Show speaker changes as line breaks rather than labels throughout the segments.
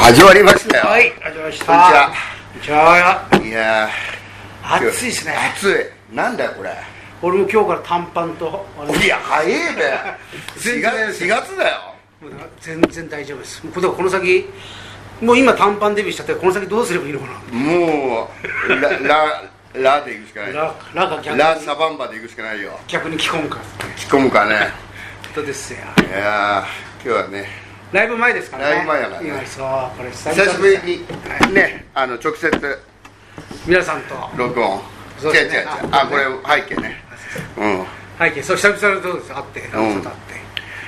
始まりましたよ、
はい、始まりました。
こんにちは
こんにちは。
い、やー
暑いですね。
暑いなんだよこれ
俺も今日から短パンと、あれ
いや早いべ4
全
月4
然
月だよ
もうだから全然大丈夫です。もうこれこの先、もう今短パンデビューしちゃって、この先どうすればいいのか
もうラララで行くしかな
な。
い
ララが逆に
ラサバンバで行くしかないよ
逆に聞こんか。
突っ込むかね
本当ですよ。
いやー今日はね
ライブ前ですからね。
ライブ前やからね
今そう、これ久々
久しぶ
です
り
ね
にねあの直接
皆さんと
録音
そう
違う違う
です
違
ね
う
あ
あこれ背景ねうん
背景、そう久々にどうです会って、
ん
会って、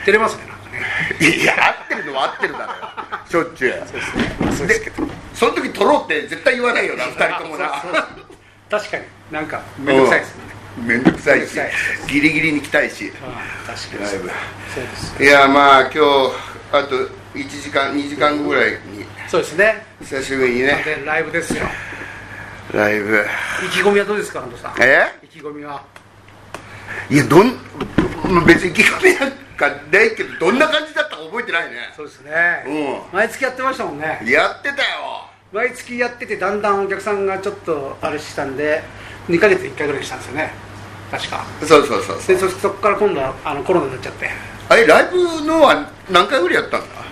照れますねなんかね。
いや合ってるのは合ってるだろうしょっちゅう
そうですけど。
その時撮ろうって絶対言わないよな2人ともな
あそうそう確かになんかめんどくさいですね。
うんめんどくさいし
めんどくさ
ギリギリに来たいし
ああ確かに
ライブ
そうです。
いやまあ今日あと1時間2時間後ぐらいに
そうですね。
久しぶりにね
でライブですよ。
ライブ
意気込みはどうですか、安藤さん。
え
意気込みは。
いやどん別に意気込みなんかないけどどんな感じだったか覚えてないね
そうですね。
う
毎月やってましたもんね。
やってたよ
毎月やってて、だんだんお客さんがちょっとあれしたんで、2ヶ月1回ぐらいにしたんですよね。確か。
そうそうそうそ
で、
う
そそこから今度はあのコロナになっちゃって。
あれライブのは何回ぐらいやったんだ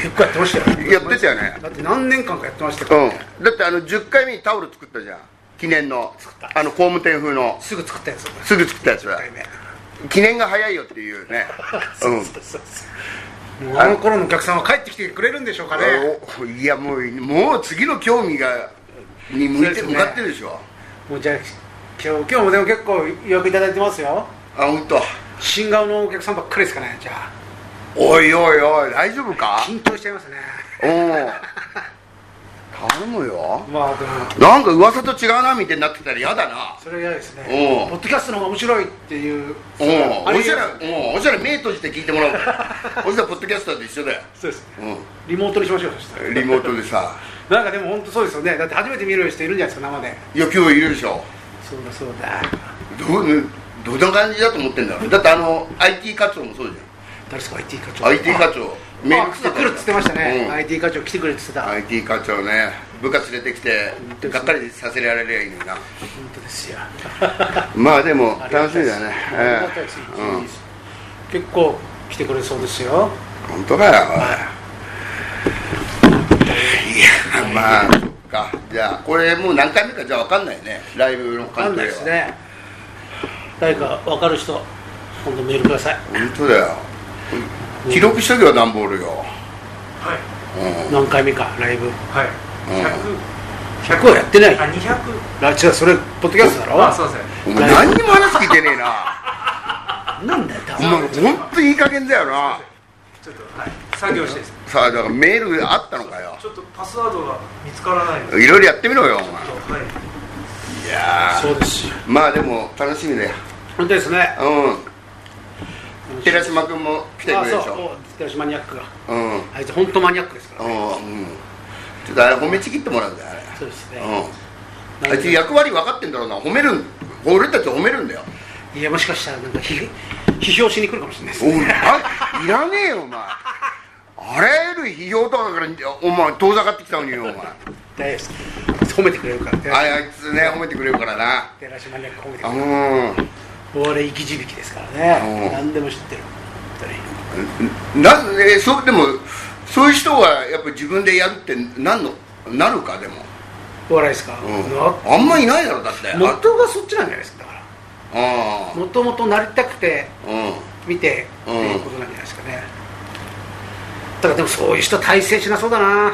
結構やってましたよ。
やってたよね
だって何年間かやってましたから、ね
うんだってあの10回目にタオル作ったじゃん記念のあの工務店風の
すぐ作ったやつ。1
すぐ作ったやつだ
回目。
記念が早いよっていうねうん
そうそうそうもうあの頃のお客さんは帰ってきてくれるんでしょうかね。
おいやもうもう次の興味がに向いて、
そうですね
向かってるでしょ
もうじゃあ今日今日もでも結構予約いただいてますよ。
あ本当。
新顔のお客さんばっかりですかねじゃあ
おいおいおい大丈夫か
緊張しちゃいますね
うん頼むよ
まあでも
なんか噂と違うなみたいになってきたら嫌だな
それは嫌ですね
うん
ポッドキャストの方が面白いってい
う
う
ん
あ
お
れ
しゃら
嫌です
うんおしゃら目閉じて聞いてもらおうから おしゃらポッドキャスターと一緒だよ
そうですね
う
リモートにしましょうそした
んリモートでさ
らなんかでも本当そうですよねだって初めて見る人いるんじゃないですか生で
いや今日いるでしょ
そうだそうだ
どうどんな感じだと思ってんだろうだってあの IT 課長もそうじ
誰ですか IT 課
ゃん
長
IT 課長
メール来
よ
るっつってましたね、
うん
IT 課長来てくれって言ってた、本
IT 課長ね部下連れてきて
当ですね
がっかりさせられりゃいいのにな
当ですよ
まあでも
ありがた
楽
い
しみ
です
だね
ありがたいです
ええうん
結構来てくれそうですよ
本当かよおいいやまあそっかじゃあこれもう何回目かじゃあ分かんないねライブの
わか
関
んない
係
です
は
ね誰かわかる人今度メールください
本当だよ記録しとけよ段ボールよ
はい、
うん
何回目かライブ
はい、
100はやってない
あ、200、
あ違うそれポッドキャストだろ
あ、そうですね。
お前何にも話聞いてねえ な
なんだよ
お前本当いい加減だよな
ちょっと、はい、作業してです。
さあだからメールあったのかよ
ちょっとパスワードが見つからないので、
いろいろやってみろよお前
ちょっと、はい、
いや
そうですよ
ーまあでも楽しみだよ
本当ですね
うん寺島君も来てくれるで
あ
し
そう
ょ
もう寺島マニアックが
うんうん
あいつ本当マニアックですから
うんちょっとあれ褒めちぎってもらうんだよあれ
そうですね
うん
な
あ
ん
いつ
で
役割分かってんだろうな褒めるん俺たち褒めるんだよ
いやもしかしたらなんか批批評しに来るかもしれないで す
おい
ね
あいらねえよお前あらゆる批評とかからお前遠ざかってきたのに よお前
大丈夫です褒めてくれるから
あ
寺
いあいつね褒めてくれるからな
寺島マニアック褒めて
う
くれる
ん
俺生き字引ですから
うん
ね何でも知ってる本当に
なえそうでもそういう人はやっぱ自分でやるってなんのなるかでも、
お笑いですか、
うん、あんまいないだろだって
な元がそっちなんじゃないですかだから
あ
もともとなりたくて
あうん
見て
う
って
ん
いうことなんじゃないですかね、ただからでもそういう人大成しなそう だな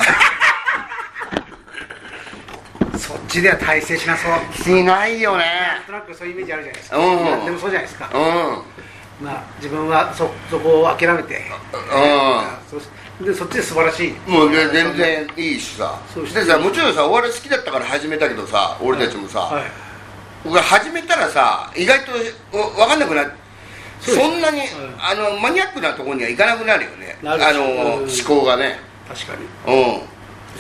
そっちでは大成しなそう
しないよね
なんとなくそういうイメージあるじゃないですか、
うん
なんでもそうじゃないですか、
うん
まあ、自分はそそこを諦めて、
う
そでそっちで素晴らしい
んもうね全然いいしさ
そう
でさもちろんさお笑い好きだったから始めたけどさ俺たちもさ、
はい
俺始めたらさ意外とお分かんなくなそ
そうです
んなに、
ん
あのマニアックなところにはいかなくなるよね
なる
あ
う
の
ん
思考がね
確かに
うん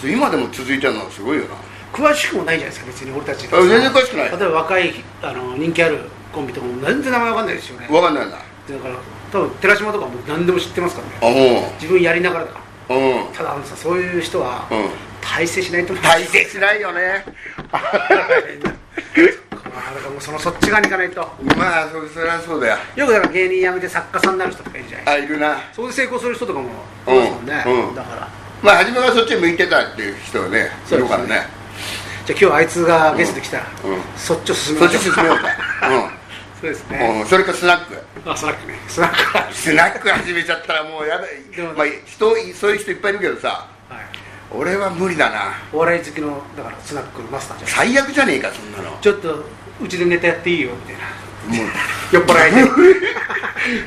そう今でも続いてるのはすごいよな
詳しくもないじゃないですか別に俺たち
あ全然詳しくない
例えば若いあの人気あるコンビとかも全然名前わかんないですよね
分かんないな
だから多分寺島とかも何でも知ってますからね
あうん
自分やりながらだから
うんうん
ただあのさそういう人は大成しないと思う
大成しないよね
まあだからもうそのそっち側に行かないと
まあそそりゃそうだよ
よくだから芸人辞めて作家さんになる人とかいるじゃない
あいるな
そこで成功する人とかもい
うん
ますもんね、
うん
だから
まあ初めはそっち向いてたっていう人はねい
そう
る
ですね
からね
じゃあ今日あいつがゲスト来たら、
うん
そっちを進め
そ
ま
っち
しょう
進めようか
そうです
うん、
ね、
うん、それかスナック
あスナックねスナックは
スナック始めちゃったらもうやだ
も
まあ人そういう人いっぱいいるけどさ
はい
俺は無理だな
お笑い好きのだからスナックのマスターじゃん
最悪じゃねえかそんなのも
ちょっとうちでネタやっていいよみたいな
う
酔っ払い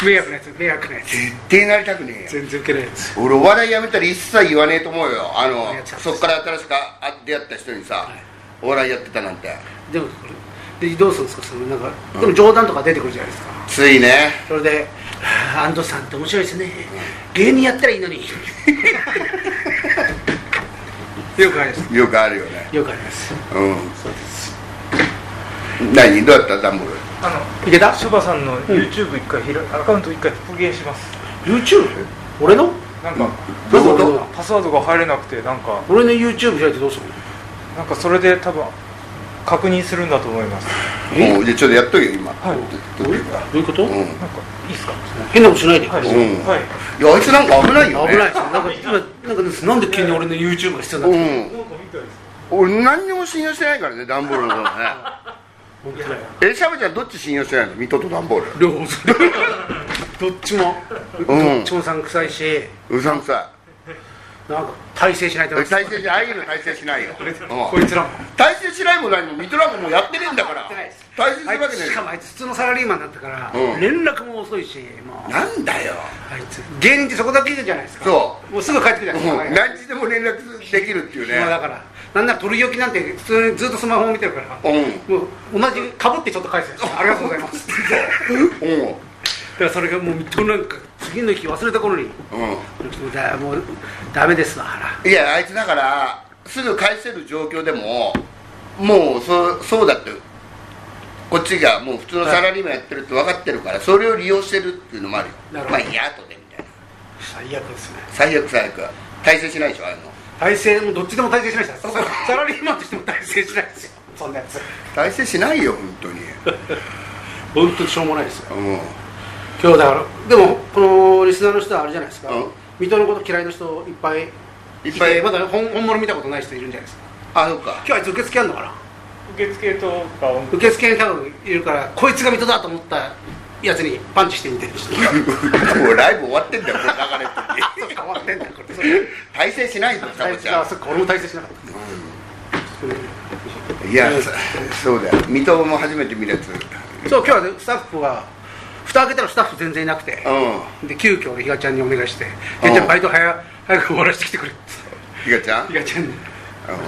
で迷惑なやつ迷惑なやつ
絶対なりたく ねえよ
全然ウケないやつ
俺お笑いやめたら一切言わねえと思うよあの
ありがとうございます
そっから新しくあ出会った人にさ、
い
お笑いやってたなんて
でもこれでどうするんですかそのなんかでも冗談とか出てくるじゃないですか、
ついね
それで「あー安藤さんって面白いですね、芸人やったらいいのに」よくあります
よくあるよね
よくあります
う
そうです
ん何どうやったダンボール
あの
いけた
シュバさんの YouTube 一回ひら、アカウント一回復元します
YouTube? 俺の
なんか、
どういうこと
パスワードが入れなくてなんか
俺の YouTube 開いてどうするの
なんかそれで多分確認するんだと思います
え
うんじゃあちょっとやっとけよ今
はい
ちょっとやっと
どういうこと、
けようん
なんかいいっすか
変なことしないで、
はい、
うん
はい
いやあいつなんか危ない
危
よ、
ない
ね、
ですよなんか今なんかですなんで急に俺の YouTube が必要になって
なんか見たいです
うん俺何にも信用してないからねダンボールのことね
本当だよ
えシャブちゃんどっち信用してないの水戸とダンボール
両方 それどっちも、
うん
どっちもさんくさいし
うさんくさ
なんか大成しないと
い大成しああいうの大成しないよ、う
こ
ん
いつらも
大成しないも何も水戸なんかもうやってねえんだから
やってないです
大成す
あい
るわけ
つ
ね
しかもあいつ普通のサラリーマンだったから、
うん
連絡も遅いしも
え
う
なんだよ
あいつ芸人ってそこだけじゃないですか
そう
もうすぐ帰ってくるじゃないですか、
うん何時でも連絡できるっていう
暇だ
ね
からなんなら取り置きなんて普通にずっとスマホを見てるから、
う
もう同じかぶってちょっと返すんですよありがとうござい ま
ん
すだからそれがもうとなんか次の日忘れた頃に
うんうん
もうだもうダメですわない
やあいつだからすぐ返せる状況でももうそそうだってこっちがもう普通のサラリーマンやってるって分かってるからそれを利用してるっていうのもあるよ
なるほ
ま
ど
あいいや後でみたいな
最悪ですね
最悪最悪大成しないでしょああいうの
体制もうどっちでも体制しましたそうサラリーマンとしても体制しないですよそんなやつ
大成しないよ本当に
本当にしょうもないですよ
うん
今日だからでもこのリスナーの人はあれじゃないですか、
うん
水戸のこと嫌いな人いっぱい
いっぱい
まだ本本物見たことない人いるんじゃないですか
あそうか
今日あいつ受付やんのかな
受付とか音
受付に多分いるからこいつが水戸だと思ったやつにパンチしてみてる人
もうライブ終わってんだよこれ流れてて
そっか終わってんだこれ
大成しないぞサ
あ
ボ
いつ
ちゃ
が
ん
そっか俺も体制しなかった、
いやそそうだよ水戸も初めて見るやつう
そう今日はねスタッフが蓋開けたらスタッフ全然いなくて、
ん
で急遽俺ひがちゃんにお願いして「ひがちゃんバイト早早く終わらせてきてくれ」って
ひかちゃん
ひがちゃんに
うん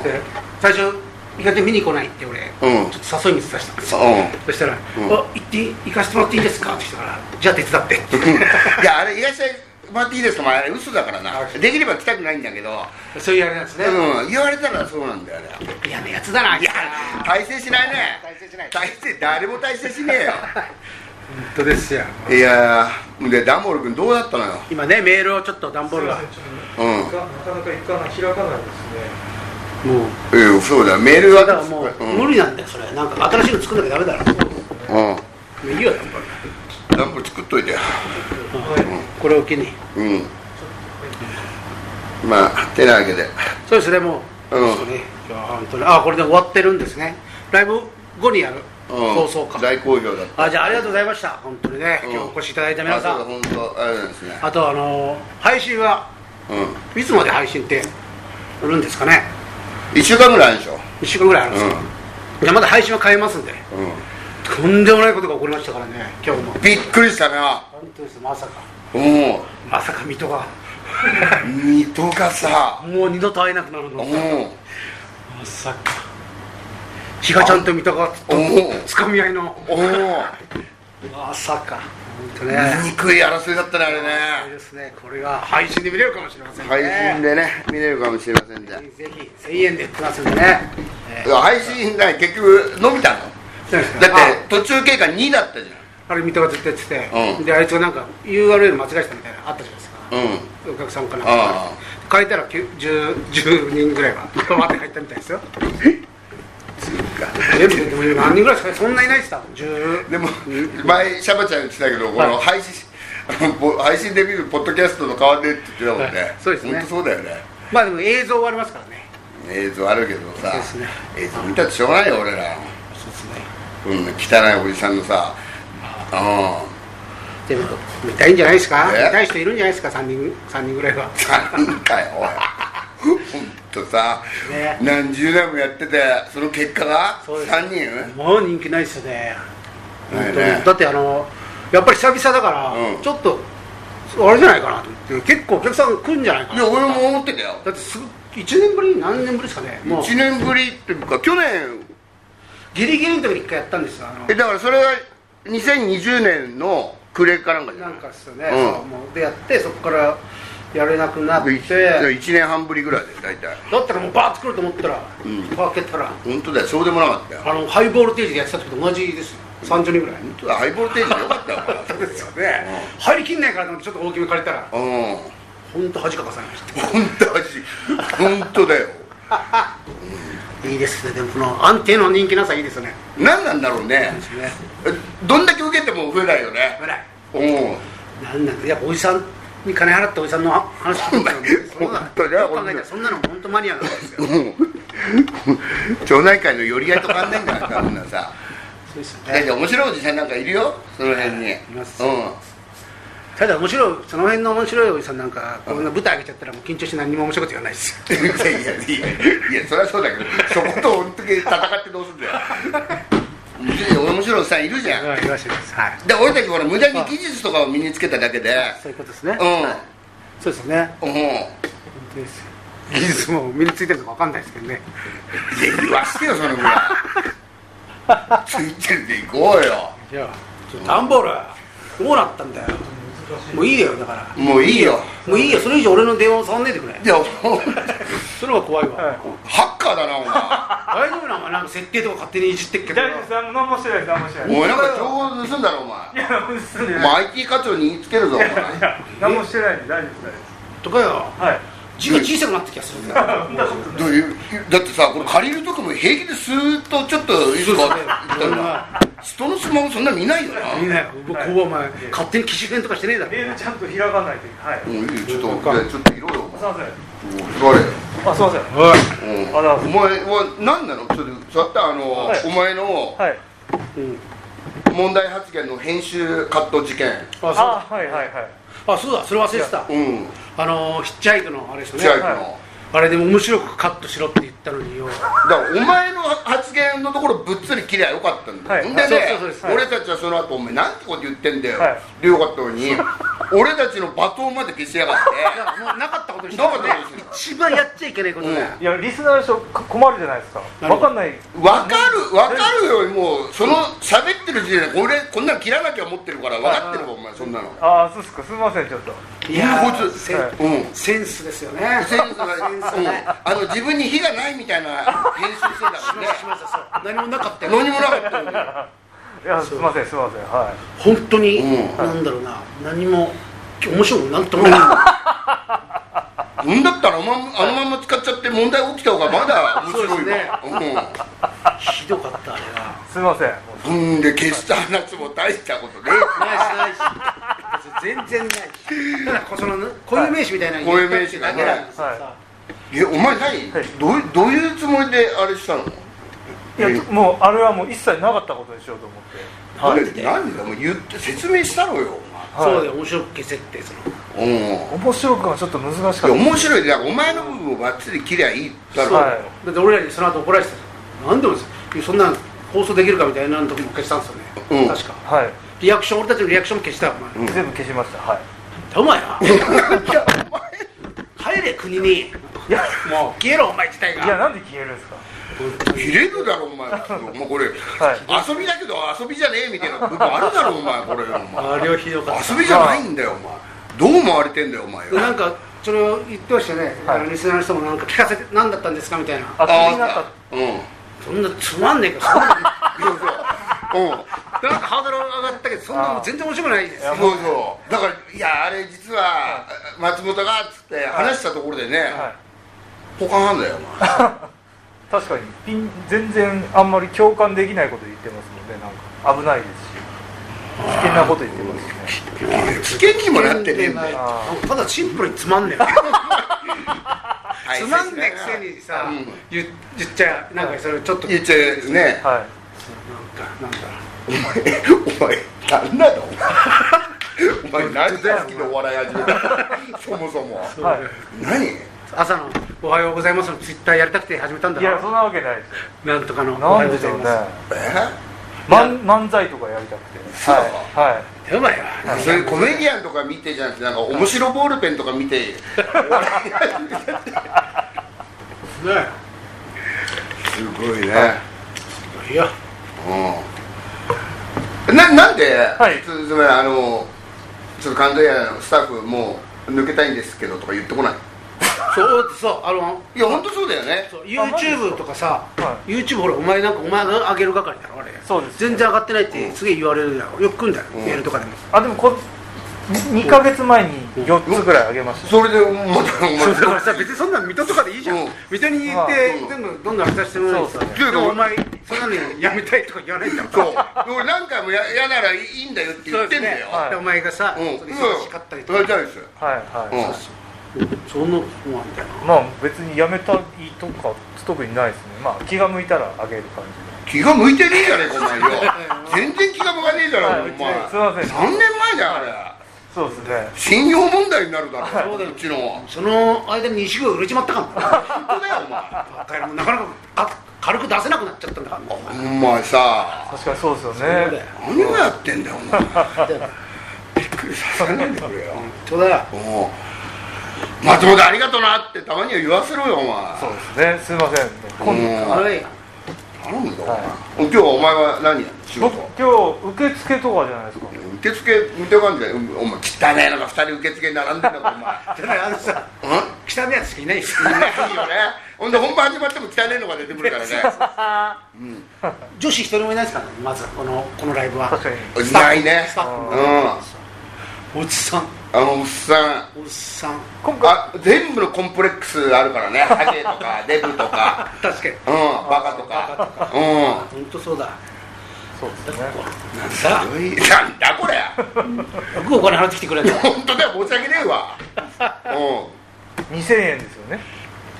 で最初ひがちゃん見に来ないって俺、
うん
ちょっと誘い水出したんです
そ
よ
ううん
そしたら「
うん
あ行って行かせてもらっていいですか?」って言ったから「じゃあ手伝って」
いやあれいらっしゃいもらっていいですか、まあ、あれ嘘だからな
はい
できれば来たくないんだけど、
そういうあれなんですね、
うん、言われたらそうなんだよね
嫌なやつだない
いや大成しないね
大成しない
大成誰も大成しね
本当ですよ
えよいやーでダンボール君どうだったのよ
今ねメールをちょっと段ボールがも
すい
うん
ませんちょっとなかなかいかない開かないですね
う
ええそうだよメール
だ
は
からもう無理なんだよそれなんか新しいの作んなきゃダメだ
う
ろ
ん、うん、
もういいよ段ボー
ダンボール作っといてよ
はい、
ルこれを機に
うんまあてなわけで
そうですねもう、
うん
そうですねいや本当にあこれで終わってるんですねライブ後にやる、
うん
放送か
大好評だった
あじゃあありがとうございました本当にね、
うん
今日お越しいただいた皆さ
あそうんだ本当あれですね
あとあのー配信は
う
いつまで配信ってやるんですかね
ん1週間ぐらいあるでしょ
1週間ぐらいあるんですか、じゃあまだ配信は変えますんで
う
とんでもないことが起こりましたからね今日も
んびっくりしたな
本当ですまさか
うん
まさか水戸が
水戸がさ
もう二度と会えなくなる
う
の
ん
まさか比嘉ちゃんと水戸が
おお
つかみ合いの
お
まさか本当ね
お醜い争いだったねあれ
あれ
ね
ですね、これが配信で見れるかもしれませんね。
配信でね見れるかもしれませんじゃ
ぜひ1000円で売ってますんでね。えー
配信ない結局伸びたの
そうですね
だって途中経過2だったじ
ああれ、水戸がずっとやってて、
うん
で、あいつがなんか URL 間違えてたみたいなのあったじゃないです
ゃ
か。
んうん
お客さんかなん
あ
か。変えたらきゅ 10, 10人ぐらいは わーって入ったみたいですよ全部でも何人ぐらいですかねそんないないですか10
でも前シャバちゃん言ってたけどこの配信あの ぼ配信で見るポッドキャストと変わんねえって言ってたもんね、
はいそうですね
本当そうだよね
まあでも映像はありますからね
映像あるけどさ、
そうですね
映像見たってしょうがないよ俺ら
そうですね
こんな汚いおじさんのさうん
でも見たいんじゃないですか見
え
たい人いるんじゃないですか3人三人ぐらいは
頼むかよおいほんとさ、
ね
何十年もやっててその結果が
そうです
3人
もう人気ないですよね
ないね
本当にだってあのやっぱり久々だから、
うん
ちょっとあれじゃないかなと思って結構お客さん来るんじゃないか
い
な
や俺も思ってたよ
だってすぐ1年ぶり何年ぶりですかねもう
1年ぶりっていうか去年
ギリギリの時に1回やったんですよあの
えだからそれは2020年の暮れかなんかじゃ
な
ない
んかですよ
う
ね、
ん
そうもうでやってそこからやれなくなって
1年半ぶりぐらいで大体
だったらもうバーッと来ると思ったら、
うん
パー開けたら
本当だよそうでもなかったよ
あのハイボルテージでやってた時と同じですよ30人ぐらい、
本当だハイボルテージでよかったよお前
そうですよね、入りきんないからと思ってちょっと大きめ借りたら
うん
本当恥かかされまし
本当だし本当だよ
たいいですねでもこの安定の人気なさいいですよね
何なんだろうね
ですね
えどんだけ受けても増えないよね
危ない
うん
なんなんだやっぱおじさんに金払っておじさんの話聞くんだよね そうだ
本当だよ
よく考えたらそんなの 本当マニアなんですよ
町内会の寄り合いと変わんないんだからみんな さ
そうですよ
だって
ね
面白いおじさんなんかいるよその辺に
います
う
ただ面白いその辺の面白いおじさんなんかこんな舞台上げちゃったらもう緊張して何にも面白いこと言わないですよ
んいやいやいやいやそりゃそうだけどそこと本当に戦ってどうす んだよいや面白いおじさんいるじゃん
はい、いらっしゃいます。はい。
で俺たちほら無駄に技術とかを身につけただけで
そういうことですね。
う
そうですよね。
んうん
本当です。技術も身についてるのかわかんないですけどね。
いや言わしてよそのぐら いついてるでいこうよ
じゃあ、ダンボール、どうなったんだよ。もういいよ、だから。
もういいよ
もういいよ、それ以上俺の電話を触んないでくれ。
いやほんと
それが怖いわ。
はい
ハッカーだなお前
大丈夫なのなんか設定とか勝手にいじってっけど
大丈夫ですあの何もしてないです何もしてない
お前なんか情報盗んだろお前
いや何もしてない
お
い
前 IT 課長に言いつけるぞお前
やいや何もしてないんで大丈夫です
とかよ。
大丈
字が小さくなった気がするんだよ。
夫はいそんなこと
どういうだってさこれ借りる時も平気でスーッとちょっといいですかって言ったら人のスマホそんな見ないよな
みんなよ、僕、
はい
こうお前、勝手に機種変とかしてねえだろ。
メールちゃんと開かないといけないはい
うんいいよちょっ
そう
と
か
いやちょっといろよ
すいません
お前お疲れよ
あすいません
おい。
うん
あら
お前は何なのちょっとさったあの、
はい
お前の
はい
うん。
問題発言の編集カット事件
あ、
あはいはいはい
そう。あ、そうだ、それ忘れてた。
うん
あのー、ヒッチハイクのあれですよね。
千秋の、
は
あれでも面白くカットしろって言ったのによ
だからお前の発言のところぶっつり切りゃよかったんだよ、
はい
んでね
そうそうそうです
俺たちはその後お前なんてこと言ってんだよ、
はい
でよかったのに俺たちの罵倒まで消しやがって
だからもうなかったことにして
なかったことに
一番やっちゃいけないことだよ、
いやリスナーの人か困るじゃないですか
何
分かんない
分かる分かるよもうその喋ってる時点で俺こんなの切らなきゃ思ってるから分かってるわお前そんなの
ああそうっすかすいませんちょっと
いや
こい
ー
つ
セン
はい
うん
センスですよね
センスが、うん、あの自分に火がないみたいな編集してたからね
しましたそう何もなかったよ
何もなかったのに
いやすいませんすいませんは
本当に、
うん
なんだろうな何も面白くなんともない
うんだったらあのまんあのまんま使っちゃって問題起きた方がまだ面白
そう
いわ
ひどかったあれが
いすいませ
う
ん
ん、うんで消した話も大したことね
ないしないし全然ないただこその固有名詞みたいなの
はい
言ったってだけなんですよ
はい
さ
えお前何、
はい
どういうどういうつもりであれしたの
いやもうあれはもう一切なかったことにしようと思って
何
はい
で何でもう言って説明したのよ
はい
そうだよ面白く消せってその
お前うん
面白くはちょっと難しかった
いや面白いでお前の部分をばっちり切りゃいいだろ、
はい
だって俺らにその後怒られてたじゃんなんでもですよそんなん放送できるかみたいなのとこも消したんですよね、
うん
確か
はい
リアクション俺たちのリアクションも消したよお前、
うん
全部消しましたはい
お前な帰れ国に
いや
もう消えろお前自体
いや
が
なんで消えるんですか
切れるだろお前お前これ、遊びだけど遊びじゃねえみたいな部分あるだろお前これお前
あれはひどかった
遊びじゃないんだよお前どう思われてんだよお前よ
でなんかそれを言ってましたよね、
はい
あのリスナーの人もなんか聞かせて何だったんですかみたいな
あ気になった
あうん
そんなつまんねえからそんなの
そうそううん
なんかハードル上がったけどそんなもう全然面白くないです
いや
よ
そうそうだからいやあれ実は松本が」っつって話したところでね、
はい
ポカーンだよお前
確かにピン全然あんまり共感できないこと言ってますもんねなんか危ないですし危険なこと言ってますしね
危険にもなってねえんだよ
あ
ただシンプルにつまんねえつまんねえくせにさ、
うん
言っ言っちゃなんかそれちょっと
言っちゃうやつね
はい
なんかなんだ
お前お前何なのお前何が好きでお笑い始め たそもそも
はい
何
朝の「おはようございます」のツイッターやりたくて始めたんだ
いやそ
ろ
んなわけないです
なんとかの「
よ
おは
な
よう
ん
ご
でし
ざい
ょうね
ま
漫漫才とかやりたくて
そう
はい、はい
す」やばいわ
それコメディアンとか見てじゃなくてなんか面白ボールペンとか見てお笑い始めた
ね
すごいね、
いや
うんななんで、
はい
つつまりあのちょっと関東屋のスタッフもう抜けたいんですけどとか言ってこない
そうそうあの
いや本当そうだよね
そう YouTube とかさ、
は
YouTube ほらお前なんかお前が上げる係だろあれ
そうです
全然上がってないってすげえ言われるだろよく来んだよ、
うん
メールとかでも
あでもこ2ヶ月前に4つぐらいあげました
それで またお前
だからさ別にそんなの水戸とかでいいじゃん、
うん
水戸に行っ
う
て
ん
全部どんどん話してもらえ
そうそう
でもお前そんなのやめたいとか言わないんだもん
そう俺何回もや嫌ならいいんだよって言ってんだよ
そうはい
でお前がさ、
うんうん
それ忙しかったりとか、
大丈夫ですよ
はいはい、
うん
そんなそうなんだよ
まあ別にやめたいとか特にないですねまあ気が向いたらあげる感
気が向いてねえじゃねえかお前よ全然気が向かねえじゃ
はい
ねえかお前
すいません
3年前じゃんあれ
じそうですね
信用問題になるだ
そ
ろ
うだよ
うちの本
その間に石が売れちまったかもな
当だよお前
バカ野郎なかなかか軽く出せなくなっちゃったんだからもう
お前さ
確かにそうですよね
そうだよ
何をやってんだよお前
だよ
びっくりさせないでくれよ
ちょうだよ
おう松本ありがとうなってたまには言わせろよお前
そうですねすいません今度
うん
はい
頼むぞお前
は
今日はお前は何やの仕
僕
事
今日受付とかじゃないですか
受付見てかんじゃんお前汚ねえのが2人受付に並んでんだから
だからあのさ
お前うん
汚いやつしかいないよ
いいよねほんで本番始まっても汚ねえのが出てくるからね
女子一人もいないですからねまずこのこのライブは
確かに
いないね
スタッフ
う
も
ん
おじさん
あのおっさん
おじさん
今回
あ全部のコンプレックスあるからねハゲと かデブとか
確かに
うんバカとかうん
本当そうだ
そうですね
なんだ
なんだこれ
よくお金払ってきてくれた
本当だよ申し訳ねえわう
2000円ですよね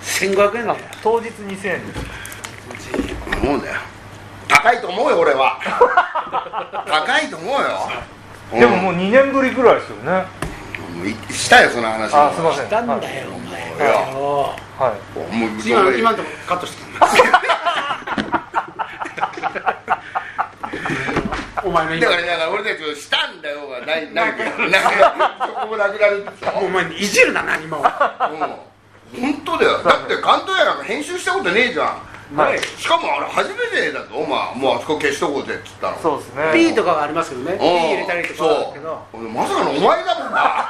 1500円だよ
当日2000円です
ん思うんだよ高いと思うよ俺 は高いと思うよ
でもも
う
う2年ぶりぐらいですよね
んもういしたよその話
あすいません
したんだよお前
いや
よ
はい
もう
今今のとこカットしてくれお前の
だ
今
からだから俺たちはしたんだよがないないからなんかそこもなくなるんでし
お前いじるな何も
ょ、うん、本当だよだって関東やなんか編集したことねえじゃん、
はい
しかもあれ初めてだぞお前もうあそこ消しとこうぜっつったの
そうですね
P とかはありますけどね P
うん
入れたりとかはあるけど
そうまさかのお前だもんな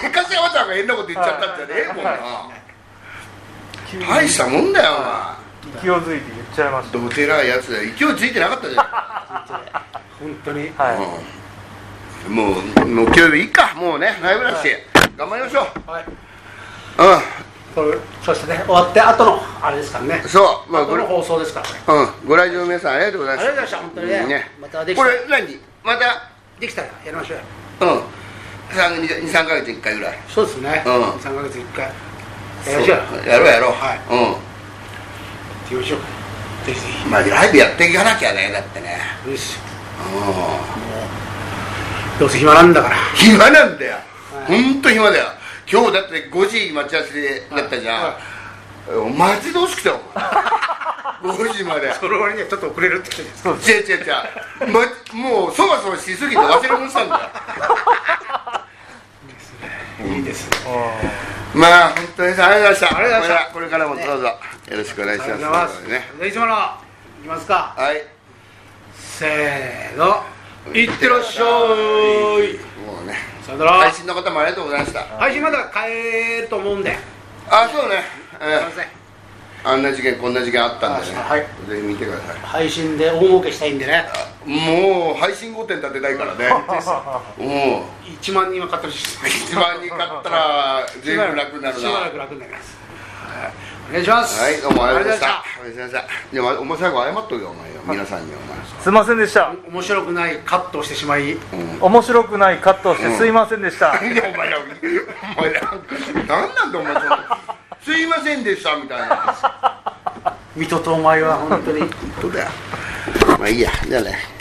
俺かせわちゃんが変なこと言っちゃったんじゃねえもんな
急に
大したもんだよ
勢いづいて言っちゃいまし
お前どてらいやつだよ勢いついてなかったじゃ
本当に
たはい
ん、うん、もうもう今日いいかもうねライブだし、頑張りましょう
はい
うん
これそしてね終わって後のあれですからね
そう、まあ、
後
ご
の
ら、
放送ですからね
うん、ご来場の皆さん、ありがとうございました。
ありがとうございました本当にねまたでき
こ
た
れ、何、また、
できたらやりましょうよ
うん、三、二、三ヶ月一回ぐらい。
そうですね、
うん
3ヶ月1回やりましょうよ
そうやろうやろう、
はいやりましょうぜひぜ
うん、まあ、ライブやっていかなきゃね、だってね。
ひよし
うん、
どうせ暇なんだから
暇なんだよ。
は
本当暇だよ。今日だって、五時待ち合わせだったじゃ
は
ん。マジで惜しくて、お 前。五時まで。
その割にはちょっと遅れるって言ってるんです
そうです
違う違う違う、ま、もうそわそわしすぎて忘れ物したんだよ
いいですね
う
まあ本当にありがとうございました。
ありがとうございました
これからこれからもどうぞよろしくお願いし
あり
ま
が
す
とうございま
ね
す、じゃあいつものいきますか
はい。
せーのいってらっしゃい
もうね。
さよなら、
配信の方もありがとうございました。
配信まだ変えると思うんで、
あ、そうね。
すいま
え
せん
えあんな事件こんな事件あったんでね
あはい。
ぜひ見てください。
配信で大儲けしたいんでね
あもう配信5点立てないからね うん
1万人は買ってほしいです
一番に買ったら全部楽になる
し
な
ばら
は
く楽になります、はいお願いします
いどうもありがとうございました
あ
ありがとうございましたいやお前最後謝っとけよお前よ皆さんによ
すいませんでした
りがとうございました面白くないカットをしてしまい
お前、うん
面白くないカットをしてすいませんでした、
いやお前らお前ら何なんだお前その「すいませんでした」みたいな
水戸とお前は本当に
本当だよまあいいやじゃあね